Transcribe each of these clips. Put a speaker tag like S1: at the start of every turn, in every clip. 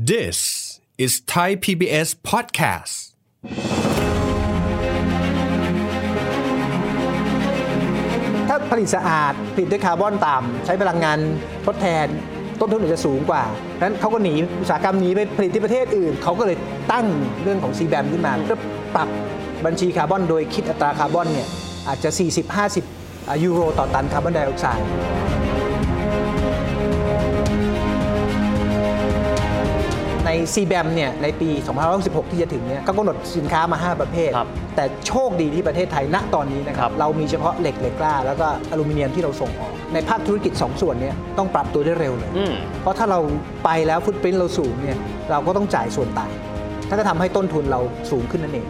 S1: This is Thai PBS podcast.
S2: ถ้าผลิตสะอาดผลิตด้วยคาร์บอนต่ำใช้พลังงานทดแทน ต้นทุนอาจจะสูงกว่านั้นเขาก็หนีอุตสาหกรรมหนีไปผลิตที่ประเทศอื่น เขาก็เลยตั้งเรื่องของซีแบมขึ้นมาเพื่อปรับบัญชีคาร์บอนโดยคิดอัตราคาร์บอนเนี่ยอาจจะ 40-50 ยูโรต่อตันคาร์บอนไดออกไซด์ ใน c b a m เนี่ยในปี 2566 ที่จะถึงเนี่ยก็กำหนดสินค้ามา 5 ประเภท
S3: ครับ
S2: แต่โชคดีที่ประเทศไทยณตอนนี้นะค
S3: ค
S2: รั
S3: รับ บ
S2: เรามีเฉพาะเหล็กเหล็กกล้า แล้วก็อลูมิเนียมที่เราส่งออก ในภาคธุรกิจ 2 ส่วนเนี่ยต้องปรับตัวได้เร็วเลย
S3: อืม
S2: เพราะถ้าเราไปแล้วฟุตปรินเราสูงเนี่ยเราก็ต้องจ่ายส่วนต่างถ้าจะทำให้ต้นทุนเราสูงขึ้นนั่นเอง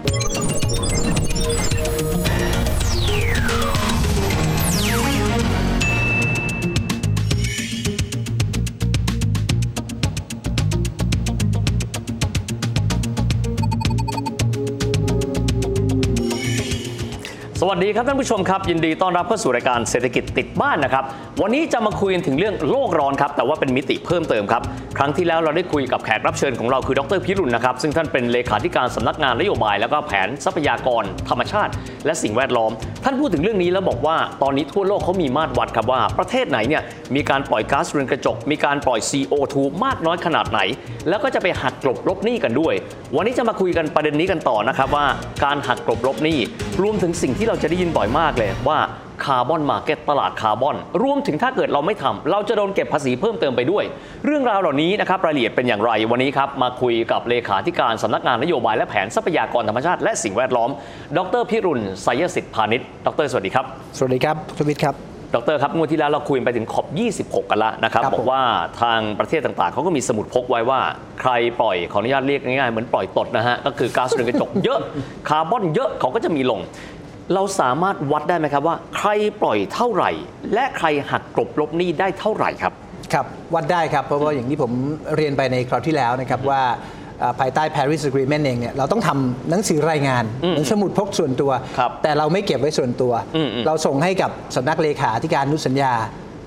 S3: สวัสดีครับท่านผู้ชมครับ ยินดีต้อนรับเข้าสู่รายการเศรษฐกิจติดบ้านนะครับ วันนี้จะมาคุยกันถึงเรื่องโลกร้อนครับ แต่ว่าเป็นมิติเพิ่มเติมครับ ครั้งที่แล้วเราได้คุยกับแขกรับเชิญของเราคือดรพิรุณนะครับ ซึ่งท่านเป็นเลขาธิการสำนักงานนโยบาย แล้วก็แผนทรัพยากร ธรรมชาติ และสิ่งแวดล้อม ท่านพูดถึงเรื่องนี้แล้วบอกว่าตอนนี้ทั่วโลกเขามีมาตรวัดครับว่าประเทศไหนเนี่ยมีการปล่อยก๊าซเรือนกระจก มีการปล่อย CO2 มากน้อยขนาดไหน แล้วก็จะไปหักกลบลบหนี้กันด้วย วันนี้จะมาคุยกันประเด็นนี้กันต่อนะครับว่าการหักกลบลบหนี้รวมถึงสิ่งที่เราจะได้ยินบ่อยมากเลยว่าคาร์บอนมาร์เก็ตตลาดคาร์บอน รวมถึงถ้าเกิดเราไม่ทำเราจะโดนเก็บภาษีเพิ่มเติมไปด้วย เรื่องราวเหล่านี้นะครับรายละเอียดเป็นอย่างไรวันนี้ครับมาคุยกับเลขาธิการสำนักงานนโยบายและแผนทรัพยากรธรรมชาติและสิ่งแวดล้อม ดรพิรุณไสยสิทธิ์พาณิชย์ดรสวัสดีครับ
S2: สวัสดีครับทวิตครับ
S3: ดรครับงวดที่แล้วเราคุยไปถึงขอบ 26 กันละนะครับ
S2: ครับผม
S3: บอกว่าทางประเทศต่างๆ เขาก็มีสมุดพกไว้ว่า ใครปล่อยขออนุญาตเรียกง่ายๆ เหมือนปล่อยตดนะฮะ ก็คือก๊าซเรือนกระจก เยอะ คาร์บอนเยอะเขาก็จะมีลง เราสามารถวัดได้ไหมครับว่า ใครปล่อยเท่าไหร่ และใครหักกลบลบหนี้ได้เท่าไหร่ครับ
S2: ครับ วัดได้ครับ เพราะว่าอย่างที่ผมเรียนไปในคราวที่แล้วนะครับ ว่าเอ่อภายใต้ Paris Agreement เองเนี่ยเราต้องทำหนังสือรายงาน
S3: อืม
S2: หนังสมุดพกส่วนตัว
S3: ครับ
S2: แต่เราไม่เก็บไว้ส่วนตัว
S3: อืมอืม
S2: เราส่งให้กับสำนักเลขาธิการอนุสัญญา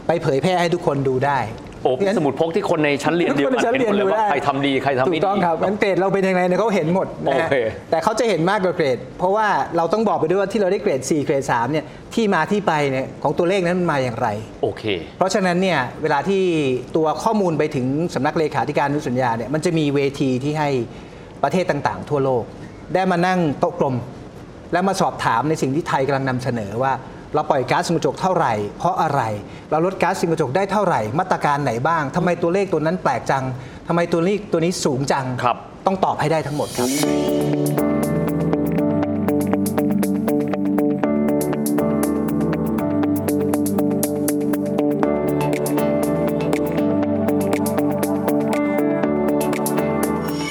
S2: ไปเผยแพร่ให้ทุกคนดูได้
S3: โอ้ เป็น
S2: งั้น
S3: สมุดพกที่คนในชั้นเรียนเดียวกัน
S2: ทุคใชั้
S3: เห็นหมดเลยว่าใครทำดีใครทำไม่ดี
S2: ถูกต้องครับงั้นเกรดเราเป็นยังไงเนี่ยเขาเห็นหมดนะฮะ
S3: โอเค
S2: แต่เขาจะเห็นมากกว่าเกรด เพราะว่าเราต้องบอกไปด้วยว่าที่เราได้เกรด 4 เกรด3เนี่ยที่มาที่ไปเนี่ยของตัวเลขนั้นมันมาอย่างไร
S3: โอเค
S2: เพราะฉะนั้นเนี่ยเวลาที่ตัวข้อมูลไปถึงสำนักเลขาธิการอนุสัญญาเนี่ยมันจะมีเวทีที่ให้ประเทศต่างๆ ทั่วโลก ได้มานั่งโต๊ะกลม และมาสอบถามในสิ่งที่ไทยกำลังนำเสนอว่า เราปล่อยก๊าซเรือนกระจกเท่าไหร่ เพราะอะไร เราลดก๊าซเรือนกระจกได้เท่าไหร่ มาตรการไหนบ้างทำไมตัวเลขตัวนั้นแปลกจังทำไมตัวนี้ตัวนี้สูงจัง
S3: ครับ
S2: ต้องตอบให้ได้ทั้งหมดครับ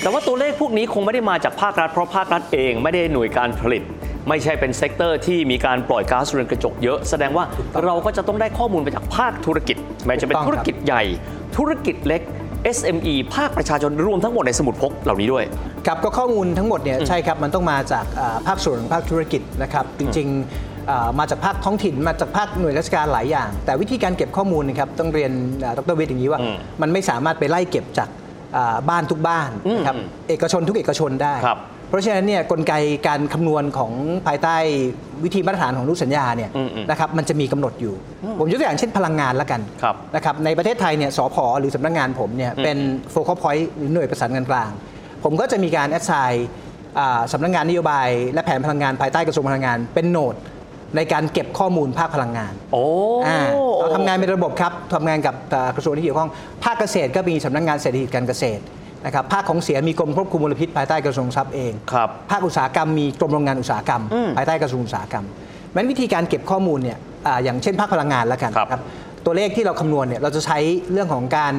S3: แต่ว่าตัวเลขพวกนี้คงไม่ได้มาจากภาครัฐ เพราะภาครัฐเองไม่ได้หน่วยการผลิต ไม่ใช่เป็นเซกเตอร์ที่มีการปล่อยก๊าซเรือนกระจกเยอะ แสดงว่าเราก็จะต้องได้ข้อมูลมาจากภาคธุรกิจไม่ว่าจะเป็น
S2: ถูกต้องครับ
S3: ธุรกิจใหญ่ ธุรกิจเล็ก SME ภาคประชาชนรวมทั้งหมดในสมุดพกเหล่านี้ด้วย
S2: ครับก็ข้อมูลทั้งหมดเนี่ยใช่ครับ มันต้องมาจากอ่าภาคส่วนของภาคธุรกิจนะครับ จริงๆอ่ามาจากภาคท้องถิ่นมาจากภาคหน่วยราชการหลายอย่าง แต่วิธีการเก็บข้อมูลนะครับต้องเรียนอ่าดรวิทย์อย่างนี้ว่า
S3: อืม
S2: มันไม่สามารถไปไล่เก็บจากอ่าบ้านทุกบ้านนะครับ
S3: อืม
S2: เอกชนทุกเอกชนได้
S3: ครับ
S2: เพราะฉะนั้นเนี่ยกลไกการคำนวณของภายใต้วิธีมาตรฐานของรูปสัญญาเนี่ย
S3: อืมๆ
S2: นะครับมันจะมีกำหนดอยู่ ผมยกตัวอย่างเช่นพลังงานละกัน
S3: ครับ
S2: นะครับในประเทศไทยเนี่ยสพหรือสำนักงานผมเนี่ยเป็นโฟกัสพอยต์หรือหน่วยประสานงานกลาง ผมก็จะมีการแอดไซน์สำนักงานนโยบาย และแผนพลังงานภายใต้กระทรวงพลังงาน เป็นโหนดในการเก็บข้อมูลภาคพลังงาน
S3: โอ้
S2: อ่าเราทำงานเป็นระบบครับทำงานกับอ่ากระทรวงที่เกี่ยวข้องภาคเกษตรก็มีสำนักงานเศรษฐกิจการเกษตรนะครับภาคของเสียมีกรมควบคุมมลพิษภายใต้กระทรวงทรัพย์เอง
S3: ครับ
S2: ภาคอุตสาหกรรมมีกรมโรงงานอุตสาหกรรม
S3: อืม
S2: ภายใต้กระทรวงอุตสาหกรรมมันวิธีการเก็บข้อมูลเนี่ยอ่าอย่างเช่นภาคพลังงานแล้วกัน
S3: ครับ
S2: นะครับตัวเลขที่เราคำนวณเนี่ยเราจะใช้เรื่องของการ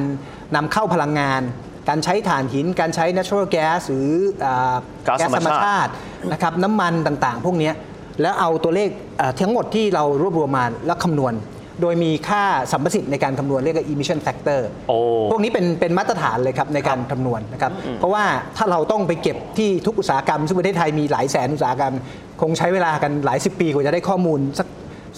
S2: นำเข้าพลังงาน การใช้ถ่านหิน การใช้ natural gas หรืออ่า
S3: ก๊าซธรรมชาติ
S2: ตินะครับน้ำมันต่างๆ พวกเนี้ยแล้วเอาตัวเลขอ่าทั้งหมดที่เรารวบรวมมาแล้วคำนวณ โดยมีค่าสัมประสิทธิ์ในการคำนวณเรียกว่า emission factor
S3: โอ้
S2: พวกนี้เป็นเป็นมาตรฐานเลยครับในการคำนวณนะครับ เพราะว่าถ้าเราต้องไปเก็บที่ทุกอุตสาหกรรมซึ่งประเทศไทยมีหลายแสนอุตสาหกรรม คงใช้เวลากันหลายสิบปีกว่าจะได้ข้อมูลสัก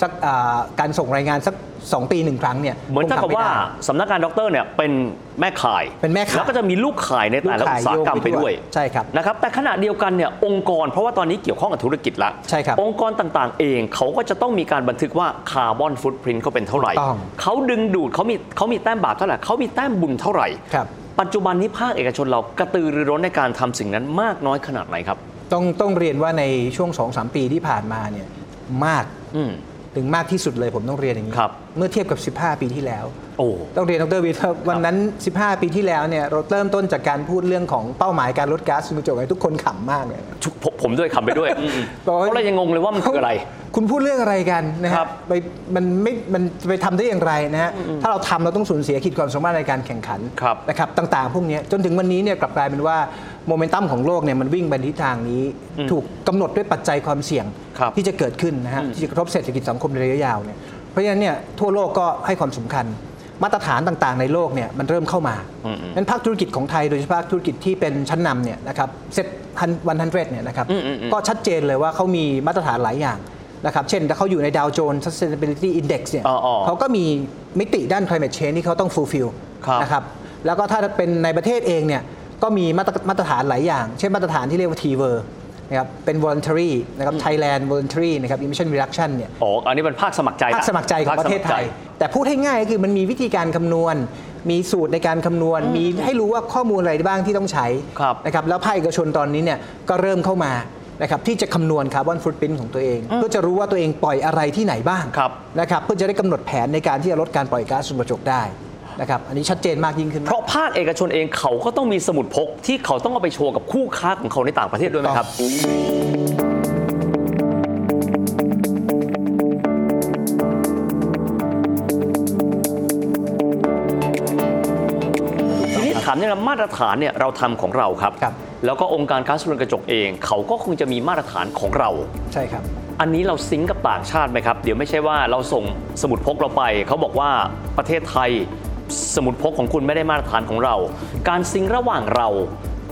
S2: สักอ่าการส่งรายงานสัก 2 ปีหนึ่งครั้งเนี่ย
S3: เหมือน
S2: คง
S3: เท่ากับ
S2: ทำ
S3: ว่า
S2: ไได้
S3: สำนักงานด็อกเตอร์เนี่ยเป็นแม่ข่าย
S2: เป็นแม่ข่าย
S3: แล้วก็จะมีลูกข่ายในแต่ละ
S2: ลูก
S3: อุ
S2: ข่าย
S3: ตสาหกรรมไปด้วย
S2: โยงไปด้วยใช่ครับ
S3: นะครับแต่ขณะเดียวกันเนี่ยองค์กรเพราะว่าตอนนี้เกี่ยวข้องกับธุรกิจละ
S2: ใช่ครับ
S3: องค์กรต่างๆ เองเขาก็จะต้องมีการบันทึกว่าคาร์บอนฟุตพิ้นเขาเป็นเท่าไหร่
S2: ถูกต้อง
S3: เขาดึงดูดเขามีเขามีแต้มบาปเท่าไหร่เขามีแต้มบุญเท่าไหร่
S2: ครับ
S3: ปัจจุบันนี้ภาคเอกชนเรากระตือรือร้นในการทำสิ่งนั้นมากน้อยขนาดไหนครับ
S2: ต้องต้องเรียนว่าในช่วง 2-3 ปีที่ผ่านมาเนี่ยมาก
S3: อืม
S2: ถึงมากที่สุดเลยผมต้องเรียนอย่างนี้
S3: ครับ
S2: เมื่อเทียบกับ 15 ปีที่แล้ว
S3: โอ้
S2: ต้องเรียนดรวิทย์ครับวันนั้น 15 ปีที่แล้วเนี่ยเราเริ่มต้นจากการพูดเรื่องของเป้าหมายการลดก๊าซเรือนกระจกให้ทุกคนขำมากเลย
S3: ทุกผมผมด้วยขำไป ด้วยอืม
S2: บ
S3: เพ
S2: อกว่า
S3: ราะเรายังงงเลยว่ามันคืออะไร
S2: คุณพูดเรื่องอะไรกันนะ
S3: ค
S2: ค
S3: รั
S2: รับบ ไปมันไม่มันจะไปทำได้อย่างไรนะฮะถ้าเราทำเราต้องสูญเสียขีดความสามารถในการแข่งขัน
S3: ครับ
S2: นะครับต่างๆ พวกเนี้ยจนถึงวันนี้เนี่ยกลับกลายเป็นว่าโมเมนตัมของโลกเนี่ยมันวิ่งไปในทิศทางนี้
S3: อืม
S2: ถูกกำหนดด้วยปัจจัยความเสี่ยง
S3: ครับ
S2: ที่จะเกิดขึ้นนะฮะที่จะกระทบเศรษฐกิจสังคมในระยะยาวเนี่ยเพราะฉะนั้นเนี่ยทั่วโลกก็ให้ความสำคัญ มาตรฐานต่างๆ ในโลกเนี่ยมันเริ่มเข้ามา
S3: อืมๆ
S2: นั้นภาคธุรกิจของไทยโดยเฉพาะภาคธุรกิจที่เป็นชั้นนำเนี่ยนะครับเซ็ตวันทันเรเนี่ยนะครับ
S3: อืมๆๆ
S2: ก็ชัดเจนเลยว่าเขามีมาตรฐานหลายอย่างนะครับ เช่นถ้าเขาอยู่ในดาวโจนส์ sustainability index เนี่ย
S3: อ๋ออ๋อ
S2: เขาก็มีมิติด้าน climate change ที่เขาต้อง fulfill
S3: ครับ
S2: นะครับแล้วก็ถ้าเป็นในประเทศเองเนี่ยก็มีมาตรมาตรฐานหลายอย่าง เช่นมาตรฐานที่เรียกว่า TVER นะครับเป็น voluntary นะครับ Thailand voluntary นะครับ emission reduction เนี่ย
S3: อ๋ออันนี้เป็นภาคสมัครใจนะ
S2: ภาคสมัครใจของ
S3: ภาค
S2: ประเทศ
S3: สมัค
S2: ไท
S3: ใจ
S2: ย แต่พูดให้ง่ายก็คือมันมีวิธีการคำนวณ มีสูตรในการคำนวณ มีให้รู้ว่าข้อมูลอะไรบ้างที่ต้องใช้
S3: ครับ
S2: นะครับแล้วภาคเอกชนตอนนี้เนี่ยก็เริ่มเข้ามานะครับที่จะคำนวณคาร์บอนฟุตพิ้นของตัวเองเพื่อจะรู้ว่าตัวเองปล่อยอะไรที่ไหนบ้าง
S3: ครับ
S2: นะครับเพื่อจะได้กำหนดแผนในการที่จะลดการปล่อยก๊าซเรือนกระจกได้นะครับอันนี้ชัดเจนมากยิ่งขึ้น
S3: เพราะภาคเอกชนเองเขาก็ต้องมีสมุดพกที่เขาต้องเอาไปโชว์กับคู่ค้าของเขาในต่างประเทศด้วยไหมครับ ทีนี้ถามเนี่ยนะมาตรฐานเนี่ยเราทำของเราครับ
S2: ครับ
S3: แล้วก็องค์การค้าสุรอนกระจกเอง เขาก็คงจะมีมาตรฐานของเรา
S2: ใช่ครับ
S3: อันนี้เราซิงก์กับต่างชาติไหมครับ เดี๋ยวไม่ใช่ว่าเราส่งสมุดพกเราไป เขาบอกว่าประเทศไทยสมุดพกของคุณไม่ได้มาตรฐานของเรา การซิงก์ระหว่างเรา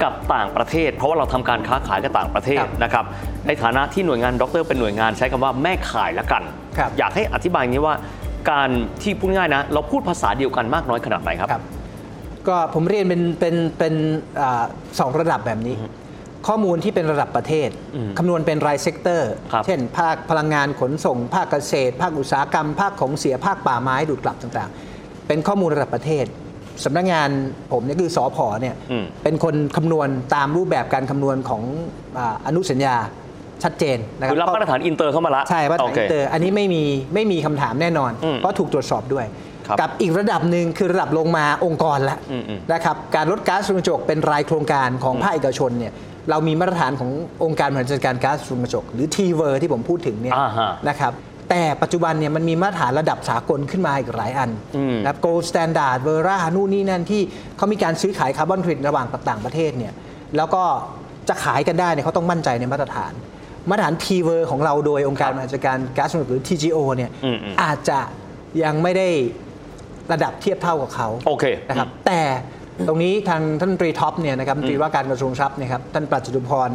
S3: กับต่างประเทศ เพราะว่าเราทำการค้าขายกับต่างประเท
S2: ค
S3: ศ
S2: รับ
S3: นะครับในฐานะที่หน่วยงานด็อกเตอร์เป็นหน่วยงานใช้คำว่าแม่ขายละกัน
S2: ครับ
S3: อยากให้อธิบายอย่างนี้ว่า การที่พูดง่ายนะ เราพูดภาษาเดียวกันมากน้อยขนาดไหนครับ
S2: ครับก็ผมเรียนเป็นเป็นเป็นอาสองระดับแบบนี้ ข้อมูลที่เป็นระดับประเทศ คำนวณเป็นรายเซกเตอร์
S3: ครับ
S2: เช่น ภาคพลังงานขนส่ง ภาคเกษตร ภาคอุตสาหกรรม ภาคของเสียภาคป่าไม้ดูดกลับต่างๆ เป็นข้อมูลระดับประเทศสำนักงานผมเนี่ยคือสอพอเนี่ย
S3: อืม
S2: เป็นคนคำนวณตามรูปแบบการคำนวณของอาอนุสัญญาชัดเจนนะครั
S3: คื
S2: บ
S3: อรับมาตรฐานอินเตอร์เข้ามาละ
S2: ใช่ว่าฐาน
S3: โค
S2: อินเตอร์อันนี้ไม่มีไม่มีคำถามแน่นอน
S3: อืม
S2: เพราะถูกตรวจสอบด้วย
S3: ครับ
S2: กับอีกระดับหนึ่งคือระดับลงมาองค์กรละ
S3: อืมอืม
S2: นะครับการลดก๊าซเรือนกระจกเป็นรายโครงการของภาคเอกชนเนี่ยเรามีมาตรฐานขององค์การบริหารจัดการก๊าซเรือนกระจก หรือ TVER ที่ผมพูดถึงเนี่ย
S3: อ่าฮะ
S2: นะครับแต่ปัจจุบันเนี่ยมันมีมาตรฐานระดับสากลขึ้นมาอีกหลายอัน
S3: อืม
S2: นะครับ gold standard vera นู่นนี่นั่นที่เขามีการซื้อขายคาร์บอนเครดิตระหว่างต่างประเทศเนี่ยแล้วก็จะขายกันได้เนี่ยเขาต้องมั่นใจในมาตรฐาน มาตรฐาน t v e r ของเราโดยองค์การบริหารจัดการก๊าซเรือนกระจกหรือ TGO เนี่ย
S3: อืมอืม
S2: อาจจะยังไม่ได้ระดับเทียบเท่ากับเขา
S3: โอเค
S2: นะครับแต่ตรงนี้ทางท่านตรีท็อปเนี่ยนะครับตรีว่าการกระทรวงทรัพย์เนะครับท่านปรัชญาดุพร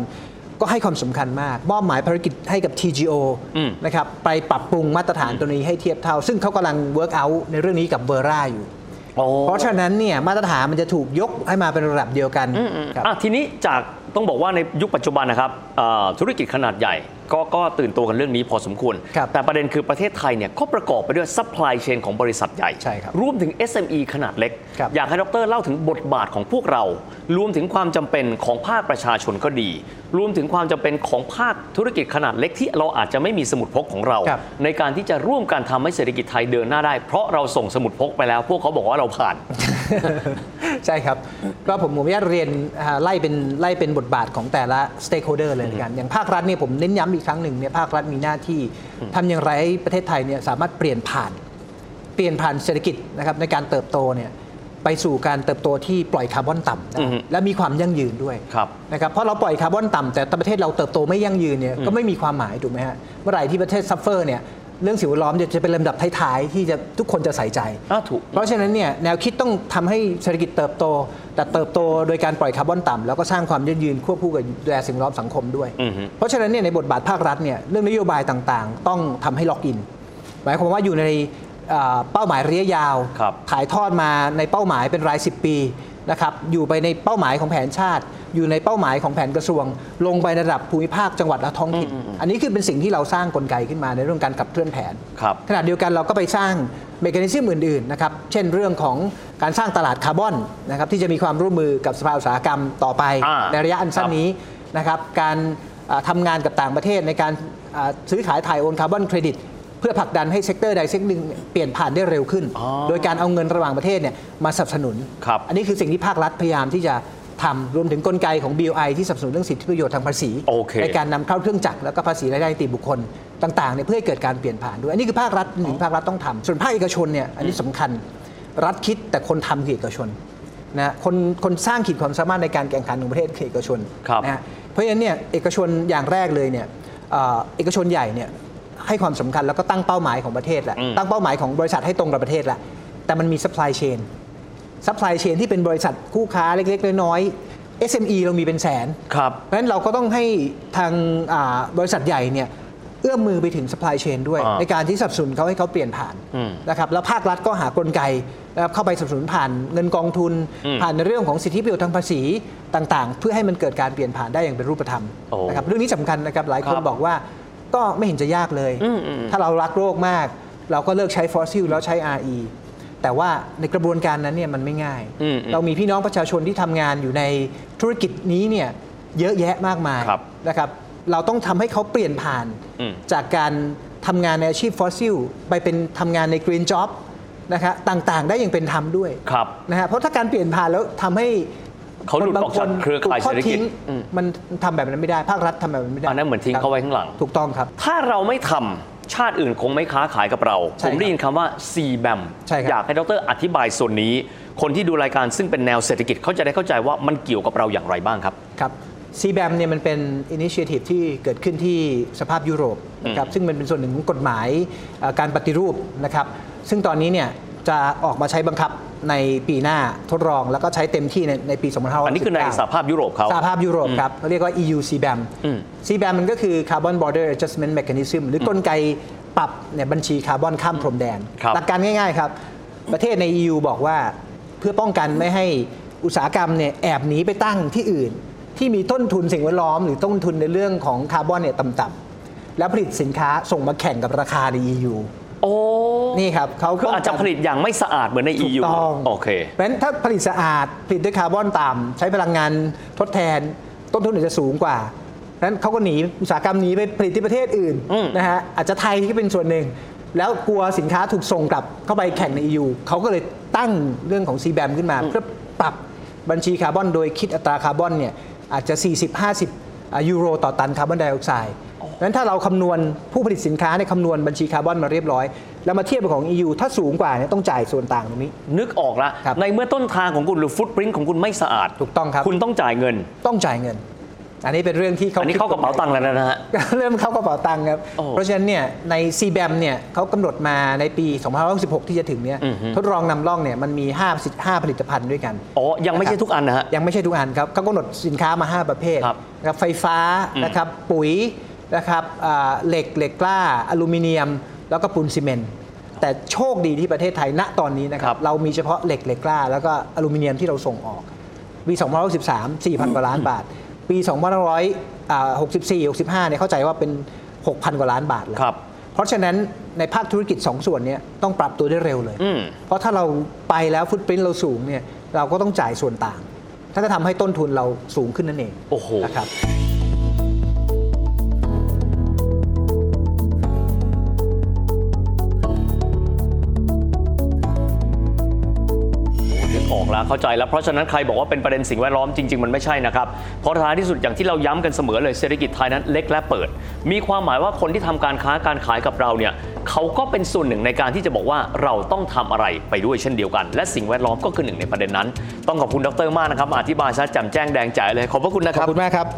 S2: ก็ให้ความสำคัญมากมอบหมายภารกิจให้กับ TGO
S3: อืม
S2: นะครับไปปรับปรุงมาตรฐานตัวนี้ให้เทียบเท่า ซึ่งเขากำลัง work out ในเรื่องนี้กับเบอร่าอยู่
S3: โอ้
S2: เพราะฉะนั้นเนี่ยมาตรฐานมันจะถูกยกให้มาเป็นระดับเดียวกันครับ
S3: อ่ะทีนี้จากต้องบอกว่าในยุคปัจจุบันนะครับอ่าธุรกิจขนาดใหญ่ ก็ก็ตื่นตัวกันเรื่องนี้พอสมควร
S2: ครับ
S3: แต่ประเด็นคือประเทศไทยเนี่ยก็ประกอบไปด้วยซัพพลายเชนของบริษัทใหญ่
S2: ใช่ครับ
S3: วมถึง SME ขนาดเล็ก
S2: ครับ
S3: อยากให้ดรเล่าถึงบทบาทของพวกเรา รวมถึงความจำเป็นของภาคประชาชนก็ดี รวมถึงความจำเป็นของภาคธุรกิจขนาดเล็กที่เราอาจจะไม่มีสมุดพกของเรา
S2: ครับ
S3: ในการที่จะร่วมกันทำให้เศรษฐกิจไทยเดินหน้าได้ เพราะเราส่งสมุดพกไปแล้ว พวกเขาบอกว่าเราผ่าน
S2: ใช่ครับก็ผมผมอนุญาตเรียนอ่าไล่เป็นไล่เป็นบทบาทของแต่ละ stakeholder เลยละกัน อย่างภาครัฐเนี่ยผมเน้นย้ำอีกครั้งหนึ่งเนี่ยภาครัฐมีหน้าที่ทำอย่างไรให้ประเทศไทยเนี่ยสามารถเปลี่ยนผ่าน เปลี่ยนผ่านเศรษฐกิจนะครับในการเติบโตเนี่ยไปสู่การเติบโตที่ปล่อยคาร์บอนต่ำนะ
S3: อือฮึ
S2: และมีความยั่งยืนด้วย
S3: ครับ
S2: นะครับเพราะเราปล่อยคาร์บอนต่ำแต่ประเทศเราเติบโตไม่ยั่งยืนเนี่ยก็ไม่มีความหมายถูกไหมฮะเมื่อไหร่ที่ประเทศซัฟเฟอร์เนี่ยเรื่องสิ่งแวดล้อมเนี่ยจะเป็นลำดับท้ายๆที่จะทุกคนจะใส่ใจ
S3: อ่าถูก
S2: เพราะฉะนั้นเนี่ยแนวคิดต้องทำให้เศรษฐกิจเติบโต แต่เติบโตโดยการปล่อยคาร์บอนต่ำแล้วก็สร้างความยืนยืนควบคู่กับดูแลสิ่งแวดล้อมสังคมด้วย
S3: อือฮึ
S2: เพราะฉะนั้นเนี่ยในบทบาทภาครัฐเนี่ยเรื่องนโยบายต่างๆ ต้องทำให้ล็อกอิน หมายความว่าอยู่ในเอ่อเป้าหมายระยะยาว
S3: ครับ
S2: ถ่ายทอดมาในเป้าหมายเป็นราย 10 ปีนะครับอยู่ไปในเป้าหมายของแผนชาติ อยู่ในเป้าหมายของแผนกระทรวง ลงไประดับภูมิภาคจังหวัดและท้องถิ่นอันนี้คือเป็นสิ่งที่เราสร้างกลไกขึ้นมาในเรื่องการขับเคลื่อนแผน
S3: ครับ
S2: ขณะเดียวกันเราก็ไปสร้างเมคานิซึมอื่นๆนะครับเช่นเรื่องของการสร้างตลาดคาร์บอนนะครับที่จะมีความร่วมมือกับสภาอุตสาหกรรมต่อไป
S3: อ่า
S2: ในระยะอันสั้นนี้นะครับการเอ่อทำงานกับต่างประเทศในการเอ่อซื้อขายถ่ายโอนคาร์บอนเครดิต เพื่อผลักดันให้เซกเตอร์ใดเซกเตอร์หนึ่งเปลี่ยนผ่านได้เร็วขึ้น
S3: อ๋อ
S2: โดยการเอาเงินระหว่างประเทศเนี่ยมาสนับสนุน
S3: ครับ
S2: อันนี้คือสิ่งที่ภาครัฐพยายามที่จะทำรวมถึงกลไกของ BOI ที่สนับสนุนเรื่องสิทธิประโยชน์ทางภาษี
S3: โอเค
S2: ในการนำเข้าเครื่องจักรแล้วก็ภาษีรายได้นิติบุคคลต่างๆเนี่ยเพื่อให้เกิดการเปลี่ยนผ่านด้วย อันนี้คือภาครัฐหนึ่งภาครัฐต้องทำส่วนภาคเอกชนเนี่ยอันนี้สำคัญรัฐคิดแต่คนทำคือเอกชนนะคนคนสร้างขีดความสามารถในการแข่งขันของประเทศคือเอกชน
S3: ครับ
S2: นะฮะเพราะฉะนั้นเนี่ยเอกชนอย่างแรกเลยเนี่ยเอ่อเอกชนใหญ่เนี่ยให้ความสำคัญแล้วก็ตั้งเป้าหมายของประเทศแหละ
S3: อืม
S2: ตั้งเป้าหมายของบริษัทให้ตรงกับประเทศแหละแต่มันมีซัพพลายเชน ซัพพลายเชนที่เป็นบริษัทคู่ค้าเล็ก ๆ น้อยๆ SME เรามีเป็นแสน
S3: ครับ
S2: เพราะฉะนั้นเราก็ต้องให้ทางอ่าบริษัทใหญ่เนี่ยเอื้อมมือไปถึง supply chain ด้วย
S3: อ่า
S2: ในการที่สนับสนุนเขาให้เขาเปลี่ยนผ่าน
S3: อืม
S2: นะครับแล้วภาครัฐก็หากลไกนะครับเข้าไปสนับสนุนผ่านเงินกองทุน
S3: อืม
S2: ผ่านในเรื่องของสิทธิประโยชน์ทางภาษีต่างๆ เพื่อให้มันเกิดการเปลี่ยนผ่านได้อย่างเป็นรูปธรรม
S3: โอ้
S2: นะครับเรื่องนี้สำคัญนะครับหลายคน
S3: ครับ
S2: บอกว่าก็ไม่เห็นจะยากเลย
S3: อืมอืม
S2: ถ้าเรารักโลกมาก เราก็เลิกใช้ฟอสซิลแล้วใช้ RE แต่ว่าในกระบวนการนั้นเนี่ยมันไม่ง่าย
S3: อืมอืม
S2: เรามีพี่น้องประชาชนที่ทำงานอยู่ในธุรกิจนี้เนี่ยเยอะแยะมากมาย
S3: ครับ
S2: นะครับ เราต้องทำให้เขาเปลี่ยนผ่าน
S3: อืม
S2: จากการทำงานในอาชีพฟอสซิลไปเป็นทำงานในกรีนจ็อบนะคะต่างๆ ได้อย่างเป็นธรรมด้วย
S3: ครับ
S2: นะฮะเพราะถ้าการเปลี่ยนผ่านแล้วทำให้
S3: เขาหลุด
S2: คนบง
S3: ออกจาก
S2: น
S3: เครือข่าย
S2: ถูทอด
S3: เศรษฐกิจ
S2: ทิ้ง
S3: อืม
S2: มันทำแบบนั้นไม่ได้ภาครัฐทำแบบนั้นไม่ได้
S3: อันนั้นเหมือนทิ้งเขาไว้ข้างหลัง
S2: ถูกต้องครับ
S3: ถ้าเราไม่ทำชาติอื่นคงไม่ค้าขายกับเรา
S2: ใช่
S3: ผมได้ยินคำว่า c b a m
S2: ใช่ครับ
S3: อยากให้ดรอธิบายส่วนนี้ คนที่ดูรายการซึ่งเป็นแนวเศรษฐกิจเขาจะได้เข้าใจว่ามันเกี่ยวกับเราอย่างไรบ้างครับ
S2: ครับซีแบมเนี่ยมันเป็นอินิเชทีฟที่เกิดขึ้นที่สภาพยุโรปนะครับซึ่งมันเป็นส่วนหนึ่งของกฎหมายเอ่อการปฏิรูปนะครับซึ่งตอนนี้เนี่ยจะออกมาใช้บังคับในปีหน้าทดลองแล้วก็ใช้เต็มที่ในในปี2 5 6 9
S3: อันนี้คือในสหภาพยุโรปเขา
S2: สหภาพยุโรปครับเขาเรียกว่า EU CBAM
S3: อืม
S2: CBAM มันก็คือ Carbon Border Adjustment Mechanism หรือกลไกปรับเนี่ยบัญชีคาร์บอนข้ามพรมแดน
S3: ครับ
S2: หลักการง่ายๆครับ ประเทศใน EU บอกว่าเพื่อป้องกันไม่ให้อุตสาหกรรมเนี่ยแอบหนีไปตั้งที่อื่น ที่มีต้นทุนสิ่งแวดล้อม หรือต้นทุนในเรื่องของคาร์บอนเนี่ยต่ำๆแล้วผลิตสินค้าส่งมาแข่งกับราคาใน EU
S3: โอ้
S2: นี่ครับเขา
S3: คืออาจจะ
S2: ป้ง
S3: ผ
S2: กัน
S3: ลิตอย่างไม่สะอาดเหมือนใน
S2: ถูก
S3: EU
S2: ต้อง
S3: โอเค
S2: เพราะฉะนั้นถ้าผลิตสะอาดผลิตด้วยคาร์บอนต่ำใช้พลังงานทดแทน ต้นทุนอาจจะสูงกว่าเพราะฉะนั้นเขาก็หนีอุตสาหกรรมหนีไปผลิตที่ประเทศอื่น
S3: อืม
S2: นะฮะอาจจะไทยที่เป็นส่วนหนึ่ง แล้วกลัวสินค้าถูกส่งกลับเข้าไปแข่งใน EU เขาก็เลยตั้งเรื่องของ c b a m ขึ้นมา เพื่อปรับบัญชีคาร์บอนโดยคิดอัตราคาร์บอนเนี่ยอาจจะ 40-50อ่ะยูโรต่อตันคาร์บอนไดออกไซด์เพราะฉะนั้นถ้าเราคำนวณผู้ผลิตสินค้าในยคำนวณบัญชีคาร์บอนมาเรียบร้อย แล้วมาเทียบกับของ EU ถ้าสูงกว่าเนี่ยต้องจ่ายส่วนต่างตรงนี้
S3: นึกออกละ
S2: ครับ
S3: ในเมื่อต้นทางของคุณหรือฟุตปริ้นของคุณไม่สะอาด
S2: ถูกต้องครับ
S3: คุณต้องจ่ายเงิน
S2: ต้องจ่ายเงิน อันนี้เป็นเรื่องที่เขา
S3: อันนี้เข้ากระเป๋าตังค์แล้วนะฮะ
S2: เริ่มเข้ากระเป๋าตังค์ครับ
S3: โอ้
S2: เพราะฉะนั้นเนี่ยใน c b a m เนี่ยเขากำหนดมาในปี2566 ที่จะถึงเนี่ย
S3: อือฮึ
S2: ทดลองนำร่องเนี่ยมันมี5สิ5ผลิตภัณฑ์ด้วยกัน
S3: อ๋อ ยังไม่ใช่ทุกอันนะฮะ
S2: ยังไม่ใช่ทุกอันครับเขากำหนดสินค้ามา 5 ประเภท
S3: ครับ
S2: นะครับไฟฟ้านะครับปุ๋ยนะครับอ่าเหล็กเหล็กกล้า อลูมิเนียม แล้วก็ปูนซีเมนต์แต่โชคดีที่ประเทศไทยณตอนนี้นะค
S3: ค
S2: รั
S3: รั
S2: บบ เรามีเฉพาะเหล็กเหล็กกล้า แล้วก็อลูมิเนียมที่เราส่งออกปี2013 4,000 กว่าล้านบาท ปี2564 65เนี่ยเข้าใจว่าเป็น 6,000 กว่าล้านบาทแล้ว
S3: ครับ
S2: เพราะฉะนั้นในภาคธุรกิจ 2 ส่วนเนี้ต้องปรับตัวได้เร็วเลย
S3: อืม
S2: เพราะถ้าเราไปแล้วฟุตปรินต์เราสูงเนี่ยเราก็ต้องจ่ายส่วนต่าง ถ้าจะทำให้ต้นทุนเราสูงขึ้นนั่นเอง
S3: โอ้โห
S2: นะครับ
S3: นึกออกแล้วเข้าใจแล้วเพราะฉะนั้นใครบอกว่าเป็นประเด็นสิ่งแวดล้อมจริง ๆ มันไม่ใช่นะครับเพราะท้ายที่สุดอย่างที่เราย้ำกันเสมอเลยเศรษฐกิจไทยนั้นเล็กและเปิด มีความหมายว่าคนที่ทำการค้าการขายกับเราเนี่ยเขาก็เป็นส่วนหนึ่งในการที่จะบอกว่าเราต้องทำอะไรไปด้วยเช่นเดียวกัน และสิ่งแวดล้อมก็คือหนึ่งในประเด็นนั้น ต้องขอบคุณดรมากนะครับมาอธิบายชัดแจ่มแจ้งแดงใจายเลยขอบพระคุณนะค
S2: ขอ
S3: รั
S2: บบ คุณมากครับ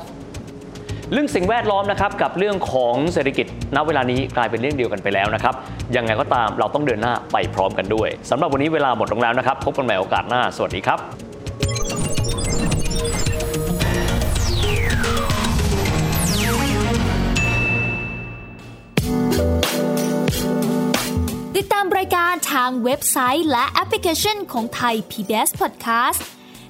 S3: เรื่องสิ่งแวดล้อมนะครับกับเรื่องของเศรษฐกิจณเวลานี้กลายเป็นเรื่องเดียวกันไปแล้วนะครับยังไงก็ตามเราต้องเดินหน้าไปพร้อมกันด้วยสำหรับวันนี้เวลาหมดลงแล้วนะครับพบกันใหม่โอกาสหน้า สวัสดีครับ
S4: างเว็บไซต์และแอปพลิเคชันของไทย PBS Podcast